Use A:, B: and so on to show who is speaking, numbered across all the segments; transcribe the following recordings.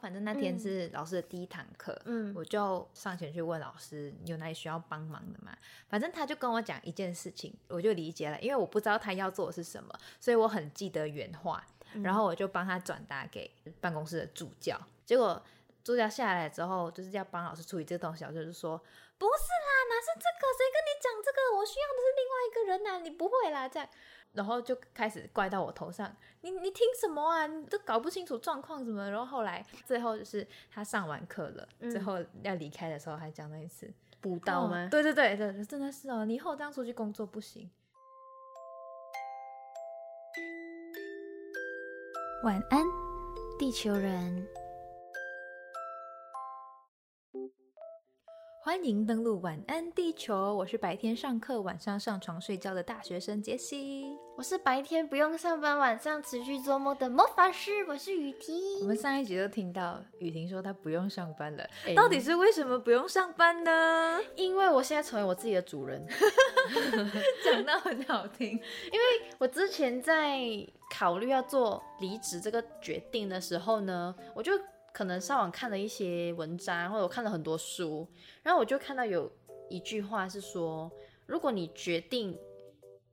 A: 反正那天是老师的第一堂课，
B: 嗯
A: 我就上前去问老师有哪里需要帮忙的嘛。反正他就跟我讲一件事情，我就理解了，因为我不知道他要做的是什么，所以我很记得原话，然后我就帮他转达给办公室的助教。结果助教下来之后，就是要帮老师处理这个东西，老师就说：“不是啦，哪是这个？谁跟你讲这个？我需要的是另外一个人呐、啊你不会啦。”这样。然后就开始怪到我头上，你你听什么啊？你都搞不清楚状况什么。然后后来最后就是他上完课了，
B: 嗯
A: 最后要离开的时候还讲了一次，
B: 补
A: 到
B: 刀吗？
A: 对对对对，真的是哦，你以后这样出去工作不行。
C: 晚安，地球人。
A: 欢迎登录晚安地球，我是白天上课、晚上上床睡觉的大学生杰西。
B: 我是白天不用上班，晚上持续做梦的魔法师，我是雨
A: 我
B: 婷。
A: 们上一集就听到雨婷说她不用上班了，
B: 哎
A: 到底是为什么不用上班呢？
B: 因为我现在成为我自己的主人，
A: 讲到很好听，
B: 我之前在考虑要做离职这个决定的时候呢，我就可能上网看了一些文章，或者我看了很多书，然后我就看到有一句话是说，如果你决定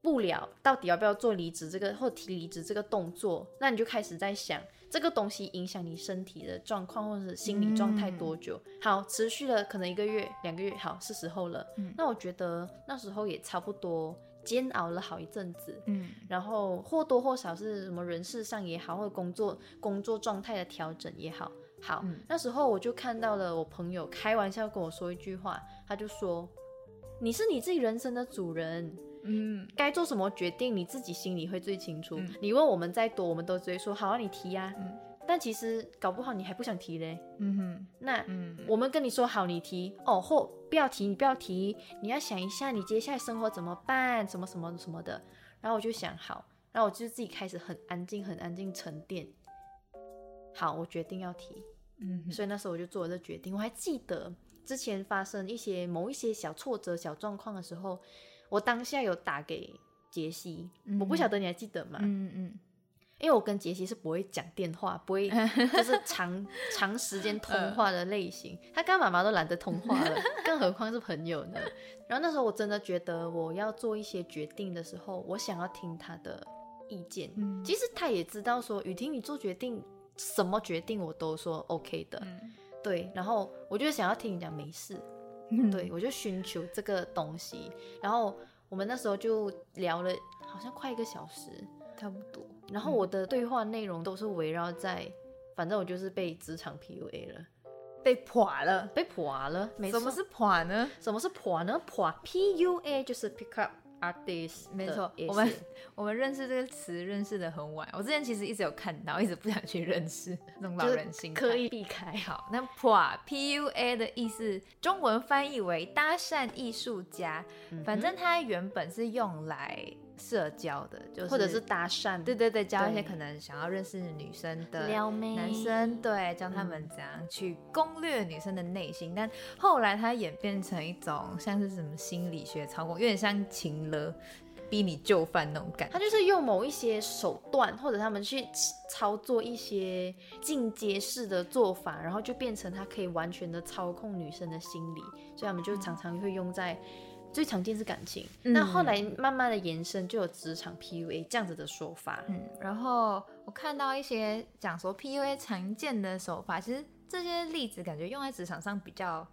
B: 不了到底要不要做离职这个或提离职这个动作，那你就开始在想这个东西影响你身体的状况或者是心理状态多久。好，持续了可能一个月、两个月，好是时候了。那我觉得那时候也差不多煎熬了好一阵子，
A: 嗯，
B: 然后或多或少是什么人事上也好，或者工作工作状态的调整也好。好，
A: 嗯
B: 那时候我就看到了我朋友开玩笑跟我说一句话，他就说：“你是你自己人生的主人，
A: 嗯，
B: 该做什么决定，你自己心里会最清楚。
A: 嗯
B: 你问我们再多，我们都只会说好啊，你提呀、
A: 嗯
B: 但其实搞不好你还不想提嘞。
A: 嗯哼，
B: 那
A: 嗯，
B: 我们跟你说好，你提哦，或不要提，你不要提，你要想一下你接下来生活怎么办，什么什么什么的。然后我就想好，然后我就自己开始很安静，很安静沉淀。好，我决定要提，
A: 嗯
B: 所以那时候我就做了这决定。我还记得之前发生一些某一些小挫折、小状况的时候，我当下有打给杰西，
A: 嗯
B: 我不晓得你还记得吗？
A: 嗯嗯，
B: 因为我跟杰西是不会讲电话，不 会就是长长时间通
A: 嗯
B: 话的类型。他跟他妈妈都懒得通话了，更何况是朋友呢？然后那时候我真的觉得我要做一些决定的时候，我想要听他的意见。
A: 嗯
B: 其实他也知道说，雨婷你做决定，什么决定我都说 OK 的。对，然后我就想要听你讲没事，
A: 嗯
B: 对，我就寻求这个东西。然后我们那时候就聊了，好像快一个小时。
A: 差不多，
B: 然后我的对话内容都是围绕在，反正我就是被职场 PUA 了，
A: 被垮了。
B: 被垮了。没
A: 什
B: 错，
A: 么是垮呢？
B: 什么是垮呢？垮 PUA 就是 pick up artist，
A: 没错
B: 的意思
A: 我们我们认识这个词认识的很晚，我之前其实一直有看到，一直不想去认识，那种老
B: 就是
A: 人心态
B: 刻意避开。
A: 好，那 PUA P U A 的意思，中文翻译为搭讪艺术家。
B: 嗯
A: 反正它原本是用来社交的，就是
B: 或者是搭讪，
A: 对对对，教一些
B: 对
A: 可能想要认识女生的
B: 撩妹嗯
A: 男生，对，教他们怎样去攻略女生的内心。但后来它演变成一种像是什么心理学操控，有点像情勒，逼你就范那种感觉
B: 他。就是用某一些手段，或者他们去操作一些进阶式的做法，然后就变成他可以完全的操控女生的心理，所以他们就常常会用在最常见是感情。
A: 嗯
B: 那后来慢慢的延伸，就有职场 PUA 这样子的说法。
A: 嗯，然后我看到一些讲说 PUA 常见的手法，其实这些例子感觉用在职场上比较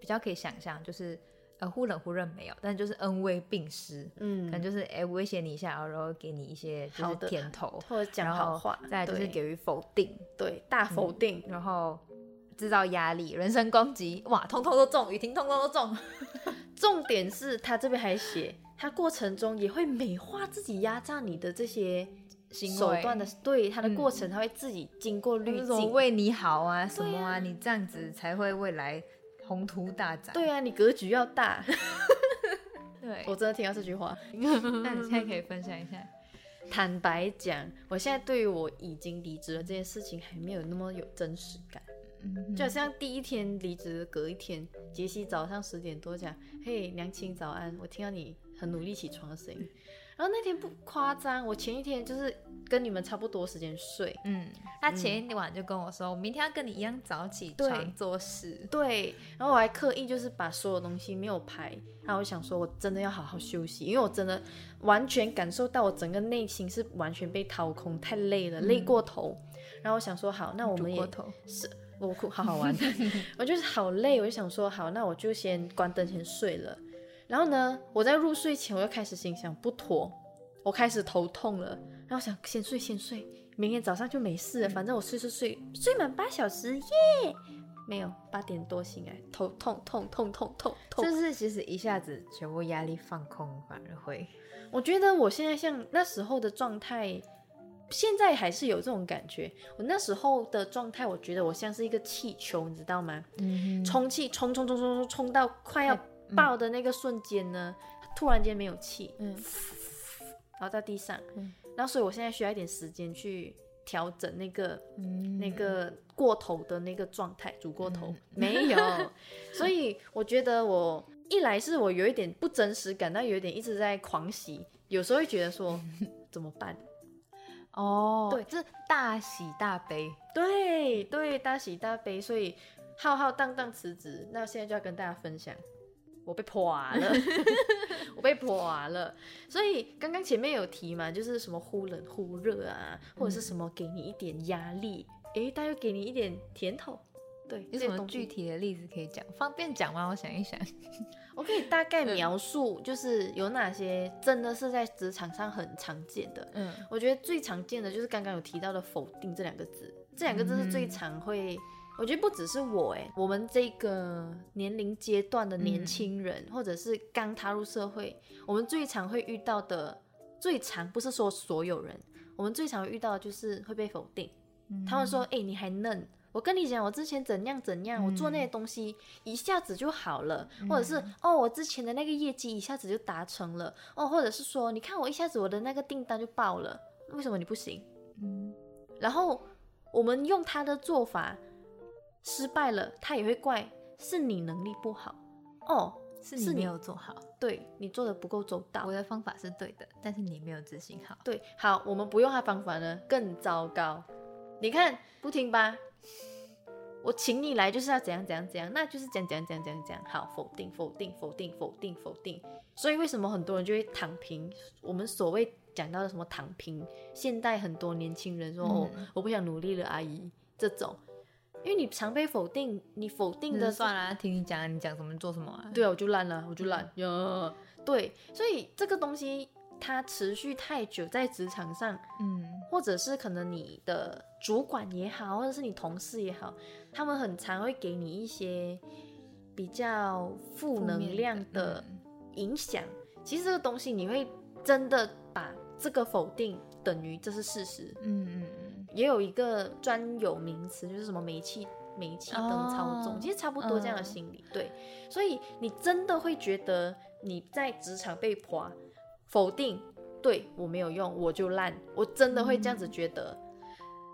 A: 比较可以想象，就是呃忽冷忽热没有，但就是恩威并施，
B: 嗯
A: 可能就是哎威胁你一下，然后给你一些就
B: 好
A: 是
B: 的
A: 甜头，
B: 或者讲好话
A: 然后，再来就是
B: 对
A: 给嗯予否定，
B: 对大否定。
A: 然后制造压力、人身攻击，哇，通通都中，雨婷通通都中，
B: 重点是他这边还写，他过程中也会美化自己压榨你的这些
A: 行
B: 手
A: 为
B: 段的，对他的
A: 嗯
B: 过程，他会自己经过滤
A: 就是什么
B: 镜。
A: 为你好啊，什么啊，你这样子才会未来宏图大展。
B: 对啊，你格局要大。
A: 对，
B: 我嗯真的听到这句话。
A: 那你现在可以分享一下。
B: 坦白讲，我现在对于我已经离职了这件事情还没有那么有真实感。
A: 嗯
B: 就好像第一天离职，隔一天，杰西早上十点多讲：“嘿，娘亲早安，我听到你很努力起床的声音。”然后那天不夸张，我前一天就是跟你们差不多时间睡，
A: 嗯，他前一晚就跟我说，我明天要跟你一样早起
B: 对
A: 床做事。
B: 对，然后我还刻意就是把所有东西没有排，然后我想说我真的要好好休息，因为我真的完全感受到我整个内心是完全被掏空，太累了，累过头。然后我想说好，那我
A: 嗯煮
B: 们也
A: 过头，
B: 是我哭，好好玩， 我就是好累，我就想说好，那我就先关灯先睡了。然后呢，我在入睡前我又开始心想不妥，我开始头痛了，然后想先睡先睡，明天早上就没事了，反正我睡睡睡睡满八小时耶，没有八点多醒来，头痛痛痛痛痛痛，
A: 就是其实一下子全部压力放空，反而会
B: 我觉得我现在像那时候的状态，现在还是有这种感觉。我那时候的状态，我觉得我像是一个气球，你知道吗？
A: 嗯
B: 充气冲冲冲冲冲冲到快要爆的那个瞬间呢，它突然间没有气，
A: 嗯
B: 然后在地上，
A: 嗯
B: 然后所以我现在需要一点时间去调整那个
A: 嗯
B: 那个过头的那个状态，煮过头、 没有，所以我觉得我一来是我有一点不真实感，但有一点一直在狂喜，有时候会觉得 说怎么办？
A: 哦，
B: 对
A: 这大喜大悲，
B: 对对，大喜大悲，所以浩浩荡荡辞职，那现在就要跟大家分享，我被垮 了，我被垮了。所以刚刚前面有提嘛，就是什么忽冷忽热啊，或者是什么给你一点压力，诶，但又给你一点甜头。对，
A: 有
B: 这
A: 什
B: 些
A: 么
B: 东西
A: 具体的例子可以讲？方便讲吗？我想一想。
B: 我可以大概描述，就是有哪些真的是在职场上很常见的。
A: 嗯
B: 我觉得最常见的就是刚刚有提到的否定这两个字，这两个字是最常会。我觉得不只是我哎，我们这个年龄阶段的年轻人，或者是刚踏入社会，我们最常会遇到的，最常不是说所有人，我们最常会遇到的就是会被否定。
A: 嗯
B: 他们说：“哎、你还嫩。”我跟你讲，我之前怎样怎样，我做那些东西一下子就好了，或者是哦，我之前的那个业绩一下子就达成了，哦，或者是说，你看我一下子我的那个订单就爆了，为什么你不行？
A: 嗯
B: 然后我们用他的做法失败了，他也会怪是你能力不好，哦，
A: 是你
B: 是你
A: 没有做好，
B: 对你做的不够周到
A: 我，的方法是对的，但是你没有执行好。
B: 对，好，我们不用他方法呢，更糟糕。你看不听吧，我请你来就是要怎样怎样怎样，那就是讲讲讲讲讲，好，否定否定否定否定否定。所以为什么很多人就会躺平？我们所谓讲到的什么躺平，现代很多年轻人说、哦
A: 嗯，
B: 我不想努力了，阿姨这种，因为你常被否定，你否定的
A: 那嗯算了，听你讲啊，你讲什么做什么啊？
B: 对啊，我就烂了，我就烂
A: 嗯
B: 呀。对，所以这个东西它持续太久，在职场上
A: 嗯，
B: 或者是可能你的主管也好，或者是你同事也好，他们很常会给你一些比较负能量的嗯影响。其实这个东西你会真的把这个否定等于这是事实。
A: 嗯，嗯嗯
B: 也有一个专有名词，就是什么煤气煤气灯操纵，
A: 哦
B: 其实差不多这样的心理。对，所以你真的会觉得你在职场被夸否定，对我没有用，我就烂，我真的会这样子觉得。
A: 嗯。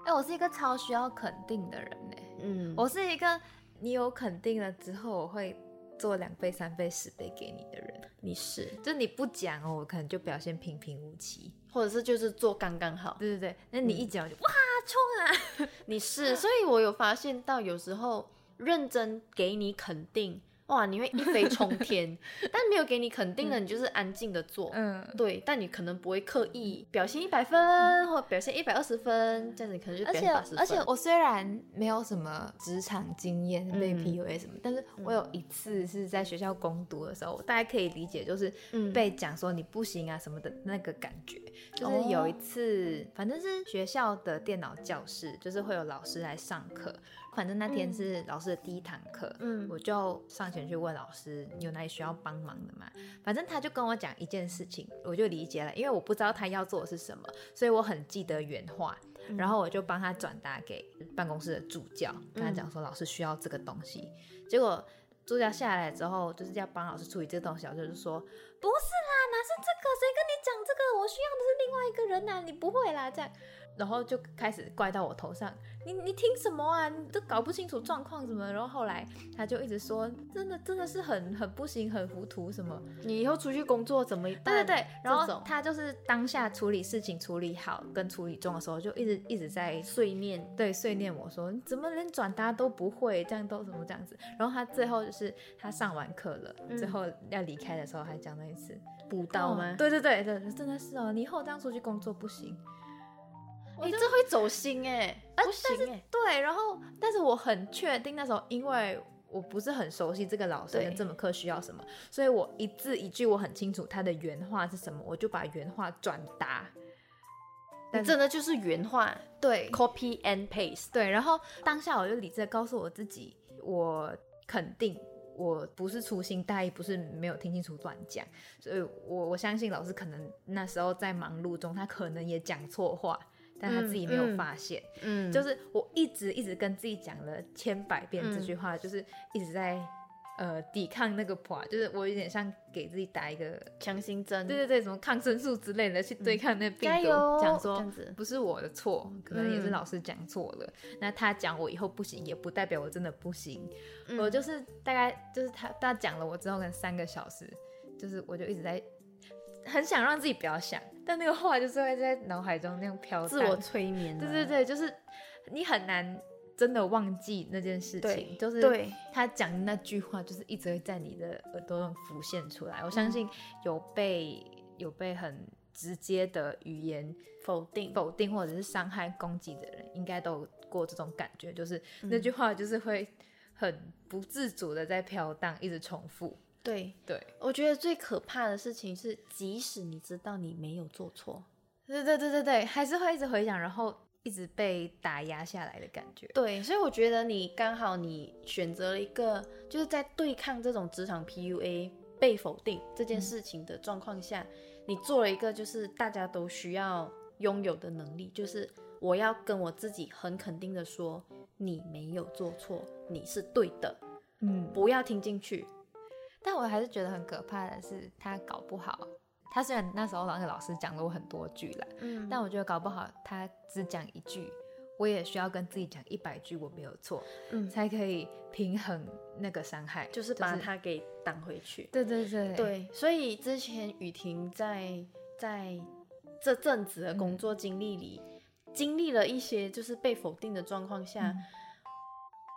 A: 哎，我是一个超需要肯定的人呢，
B: 嗯，
A: 我是一个你有肯定了之后，我会做两倍、三倍、十倍给你的人。
B: 你是，
A: 就你不讲哦，我可能就表现平平无奇。
B: 或者是就是做刚刚好，
A: 对对对，那你一讲我就哇冲啊！
B: 你是，所以我有发现到有时候认真给你肯定，哇，你会一飞冲 天，但没有给你肯定的，你就是安静的做，
A: 嗯，
B: 对，但你可能不会刻意表现一百分，或表现一百二十分，这样子可能就
A: 而
B: 表
A: 且
B: 现八十分。
A: 而且我虽然没有什么职场经验被
B: 嗯
A: PUA 什么，但是我有一次是在学校攻读的时候，我大概可以理解就是
B: 嗯
A: 被讲说你不行啊什么的那个感觉。就
B: 哦
A: 是有一次，反正是学校的电脑教室，就是会有老师来上课。反正那天
B: 嗯
A: 是老师的第一堂课，
B: 嗯
A: 我就上前去问老师有哪里需要帮忙的嘛。反正他就跟我讲一件事情，我就理解了，因为我不知道他要做的是什么，所以我很记得原话，
B: 嗯
A: 然后我就帮他转达给办公室的助教，跟他讲说老师需要这个东西。结果助教下来之后，就是要帮老师处理这个东西，老师就说啊不是啦，哪是这个，谁跟你讲这个？我需要的是另外一个人呐、你不会啦，这样。然后就开始怪到我头上，你你听什么啊？你都搞不清楚状况什么的。然后后来他就一直说，真的真的是很很不行，很糊涂什么。
B: 你以后出去工作怎么办？
A: 对对对，然
B: 嗯这
A: 后
B: 种
A: 他就是当下处理事情处理好跟处理中的时候，就一直一直在
B: 碎念，
A: 对碎念我说，你怎么连转达都不会，这样都怎么这样子？然后他最后就是他上完课了、
B: 嗯
A: 之后要离开的时候，还讲了一次，
B: 补刀吗？
A: 哦对对对对，真的是哦，你以后这样出去工作不行。我
B: 你
A: 就
B: 这会走心哎、不行哎、
A: 对，然后但是我很确定那时候，因为我不是很熟悉这个老师
B: 对
A: 跟这门课需要什么，所以我一字一句我很清楚他的原话是什么，我就把原话转达。但
B: 你真的就是原话
A: 对
B: ，copy and paste。
A: 对，然后当下我就理智地告诉我自己，我肯定。我不是粗心大意，不是没有听清楚乱讲，所以我我相信老师可能那时候在忙碌中，他可能也讲错话，但他
B: 嗯
A: 自己没有
B: 嗯
A: 发现。
B: 嗯
A: 就是是我一直一直跟自己讲了千百遍这句话，就是一直在呃抵抗那个破，就是我有点像给自己打一个，
B: 强心针。
A: 对对对，什么抗生素之类的去对抗那病
B: 加
A: 毒，
B: 油
A: 讲
B: 这
A: 说
B: 样子
A: 不是我的错，可能也是
B: 嗯
A: 老师讲错了，那他讲我以后不行，也不代表我真的不行，
B: 嗯
A: 我就是大概就是他他讲了我之后，可能三个小时，就是我就一直在。很想让自己不要想，但那个话就是会在脑海中那样飘。
B: 自我催眠啊。
A: 对对对，就是你很难真的忘记那件事情，
B: 对
A: 就是
B: 对
A: 他讲的那句话，就是一直会在你的耳朵中浮现出来。我相信有被有被很直接的语言
B: 否定。
A: 否定或者是伤害攻击的人，应该都有过这种感觉，就是那句话就是会很不自主的在飘荡，一直重复。
B: 对，
A: 对，
B: 我觉得最可怕的事情是，即使你知道你没有做错，
A: 对对对对对，还是会一直回想，然后一直被打压下来的感觉。
B: 对，所以我觉得你刚好你选择了一个，就是在对抗这种职场 PUA 被否定这件事情的状况下，你做了一个就是大家都需要拥有的能力，就是我要跟我自己很肯定的说，你没有做错，你是对的，
A: 嗯，
B: 不要听进去。
A: 但我还是觉得很可怕的是，他搞不好，他虽然那时候那个老师讲了我很多句啦，
B: 嗯
A: 但我觉得搞不好他只讲一句，我也需要跟自己讲一百句我没有错，
B: 嗯
A: 才可以平衡那个伤害，
B: 就是把它给挡回去。
A: 对对对，
B: 对，所以之前雨婷在在这阵子
A: 嗯
B: 的工作经历里，经历了一些就是被否定的状况下，
A: 嗯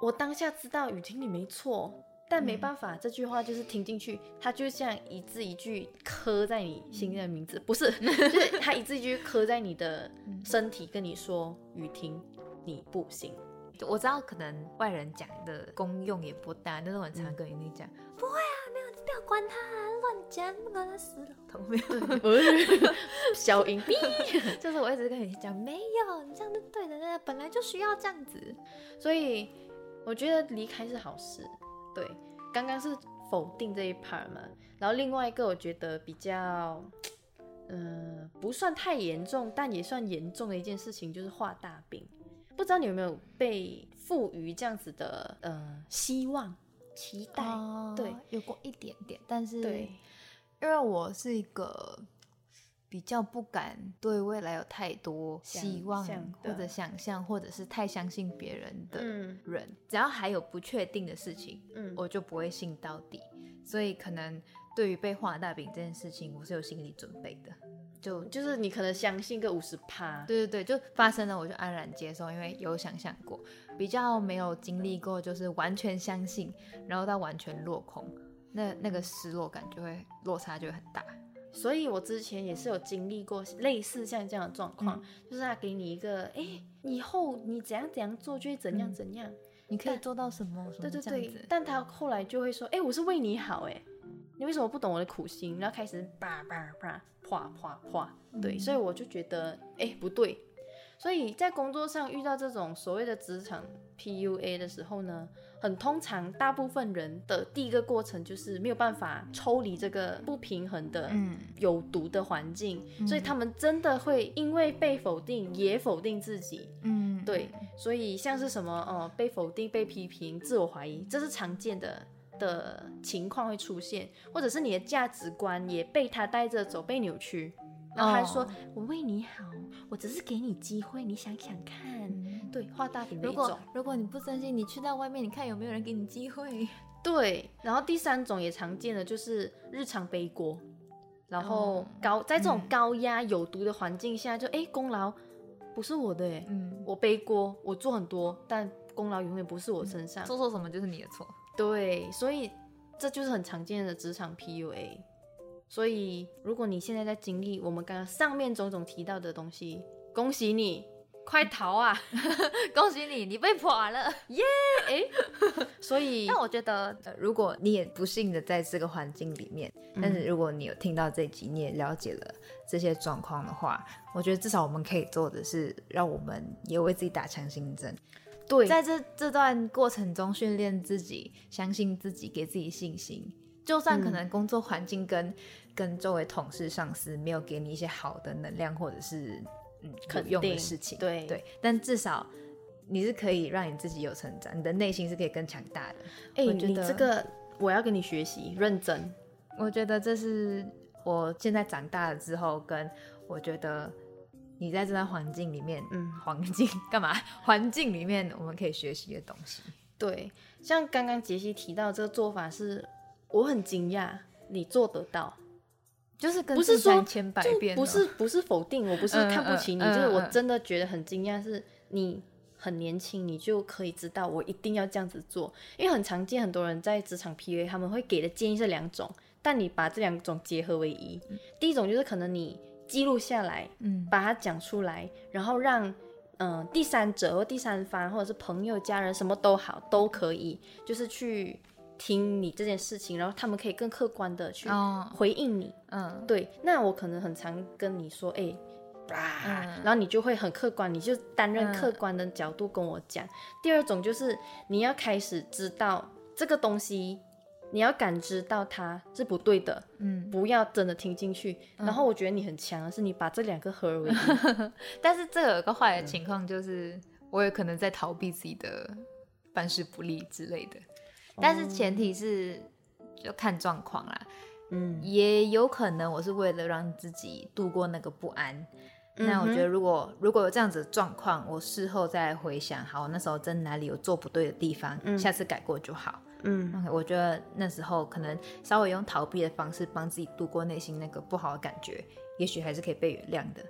B: 我当下知道雨婷你没错，但没
A: 嗯
B: 办法，这句话就是听进去，它就像一字一句刻在你心
A: 嗯
B: 里的名字，不是， 就是它一字一句刻在你的
A: 嗯
B: 身体，跟你说雨婷你不 行。
A: 我知道可能外人讲的功用也不大，但是我很常跟你讲，不会啊，没有，你不要管他啊，乱讲，不管他死老头没有。
B: 小银币，
A: 就是我一直跟你讲，没有，你这样是对的，那本来就需要这样子。
B: 所以我觉得离开是好事。对，刚刚是否定这一 part 嘛，然后另外一个我觉得比较，嗯、不算太严重，但也算严重的一件事情就是画大饼。不知道你有没有被赋予这样子的呃希望、期待？
A: 哦
B: 对，
A: 有过一点点，但是
B: 对，
A: 因为我是一个比较不敢对未来有太多希望
B: 想象
A: 或
B: 的
A: 者想象，或者是太相信别人的
B: 嗯
A: 人，只要还有不确定的事情，
B: 嗯，
A: 我就不会信到底。所以可能对于被画大饼这件事情，我是有心理准备的。就
B: 就是你可能相信个五十趴，
A: 对对对，就发生了我就安然接受，因为有想象过，比较没有经历过，就是完全相信，然后到完全落空，那那个失落感就会落差就会很大。
B: 所以我之前也是有经历过类似像这样的状况，
A: 嗯
B: 就是他给你一个，哎、以后你怎样怎样做就会怎样
A: 嗯
B: 怎样，
A: 你可以
B: 但
A: 做到什么？什
B: 对
A: 么
B: 对
A: 这样
B: 对
A: 子，。
B: 但他后来就会说，哎、我是为你好，哎，你为什么不懂我的苦心？然后开始叭叭叭，啪啪啪，对，
A: 嗯
B: 所以我就觉得，哎、不对。所以在工作上遇到这种所谓的职场 PUA 的时候呢，很通常大部分人的第一个过程就是没有办法抽离这个不平衡的
A: 嗯
B: 有毒的环境，所以他们真的会因为被否定也否定自己，
A: 嗯，
B: 对，所以像是什么呃被否定、被批评、自我怀疑，这是常见的的情况会出现，或者是你的价值观也被他带着走，被扭曲。然后还说、
A: 哦
B: 我为你好，我只是给你机会，你想想看，
A: 嗯
B: 对，画大饼的
A: 如
B: 一种
A: 果。如果你不珍惜，你去到外面，你看有没有人给你机 会？
B: 对，然后第三种也常见的就是日常背锅，然后
A: 哦
B: 高、在这种
A: 嗯
B: 高压有毒的环境下就，哎功劳不是我的哎，
A: 嗯，
B: 我背锅，我做很多，但功劳永远不是我身上。
A: 做错什么就是你的错。
B: 对，所以这就是很常见的职场 PUA。所以如果你现在在经历我们刚刚上面种种提到的东西，恭喜你，快逃啊！
A: 恭喜你，你被垮了。
B: 所以
A: 但我觉得，呃如果你也不幸的在这个环境里面，但是如果你有听到这一集，你也了解了这些状况的话，我觉得至少我们可以做的是，让我们也为自己打强心针，
B: 对，
A: 在这这段过程中训练自己，相信自己，给自己信心。就算可能工作环境跟、跟周围同事、上司没有给你一些好的能量，或者是嗯
B: 肯
A: 有用的
B: 定
A: 事情，
B: 对
A: 对，但至少你是可以让你自己有成长，你的内心是可以更强大的。
B: 哎、
A: 我觉
B: 你
A: 得
B: 这个我要跟你学习，认真。
A: 我觉得这是我现在长大了之后，跟我觉得你在这段环境里面，
B: 嗯
A: 环境干嘛？环境里面我们可以学习的东西。
B: 对，像刚刚杰西提到这个做法是，我很惊讶你做得到，
A: 就是跟
B: 不是
A: 自然
B: 说
A: 千百
B: 就
A: 遍哦，
B: 不是不是否定，我不是
A: 嗯
B: 看不起你，
A: 嗯
B: 就是我
A: 嗯嗯
B: 真的觉得很惊讶，是你很年轻，你就可以知道我一定要这样子做，因为很常见，很多人在职场 PUA 他们会给的建议是两种，但你把这两种结合为一，第一种就是可能你记录下来，
A: 嗯
B: 把它讲出来，然后让嗯、呃第三者或第三方或者是朋友、家人什么都好都可以，就是去听你这件事情，然后他们可以更客观的去
A: 哦
B: 回应你。
A: 嗯
B: 对，那我可能很常跟你说，哎、啊
A: 嗯
B: 然后你就会很客观，你就担任
A: 嗯
B: 客观的角度跟我讲。第二种就是你要开始知道这个东西，你要感知到它是不对的，
A: 嗯，
B: 不要真的听进去。然后我觉得你很强，的啊是你把这两个合而为一。
A: 但是这有一个坏的情况就是，我有可能在逃避自己的办事不力之类的，但是前提是就看状况啦，
B: 嗯，
A: 也有可能我是为了让自己度过那个不安。那我觉得，如果如果有这样子的状况，我事后再回想，好，那时候真哪里有做不对的地方，
B: 嗯
A: 下次改过就好。
B: 嗯
A: OK，我觉得那时候可能稍微用逃避的方式帮自己度过内心那个不好的感觉，也许还是可以被原谅的。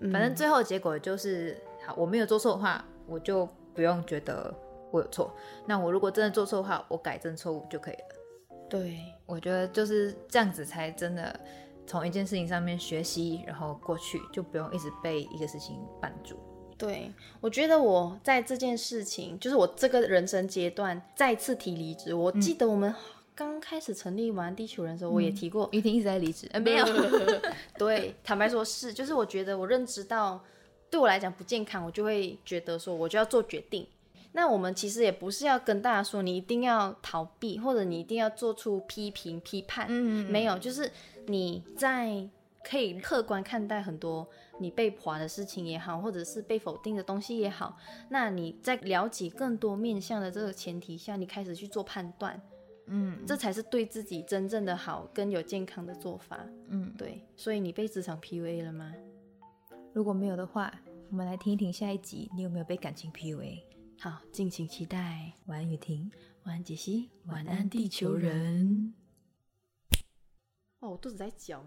B: 嗯
A: 反正最后结果就是，好，我没有做错的话，我就不用觉得我有错。那我如果真的做错的话，我改正错误就可以了。
B: 对，
A: 我觉得就是这样子才真的从一件事情上面学习，然后过去就不用一直被一个事情绊住。
B: 对，我觉得我在这件事情，就是我这个人生阶段再次提离职。我记得我们刚开始成立完地球人的时候，我也提过，
A: 雨婷一直在离职，呃没有，
B: 对，坦白说是，就是我觉得我认知到对我来讲不健康，我就会觉得说我就要做决定。那我们其实也不是要跟大家说你一定要逃避，或者你一定要做出批评批判，
A: 嗯
B: 没有，就是你在可以客观看待很多你被划的事情也好，或者是被否定的东西也好，那你在了解更多面向的这个前提下，你开始去做判断，
A: 嗯
B: 这才是对自己真正的好跟有健康的做法。
A: 嗯。
B: 对，所以你被职场 PUA 了吗？
A: 如果没有的话，我们来听一听下一集，你有没有被感情 PUA？
B: 好，敬请期待。
A: 晚安，雨婷，
B: 晚安，杰西。
A: 晚安，地球人。
B: 哦，我肚子在绞。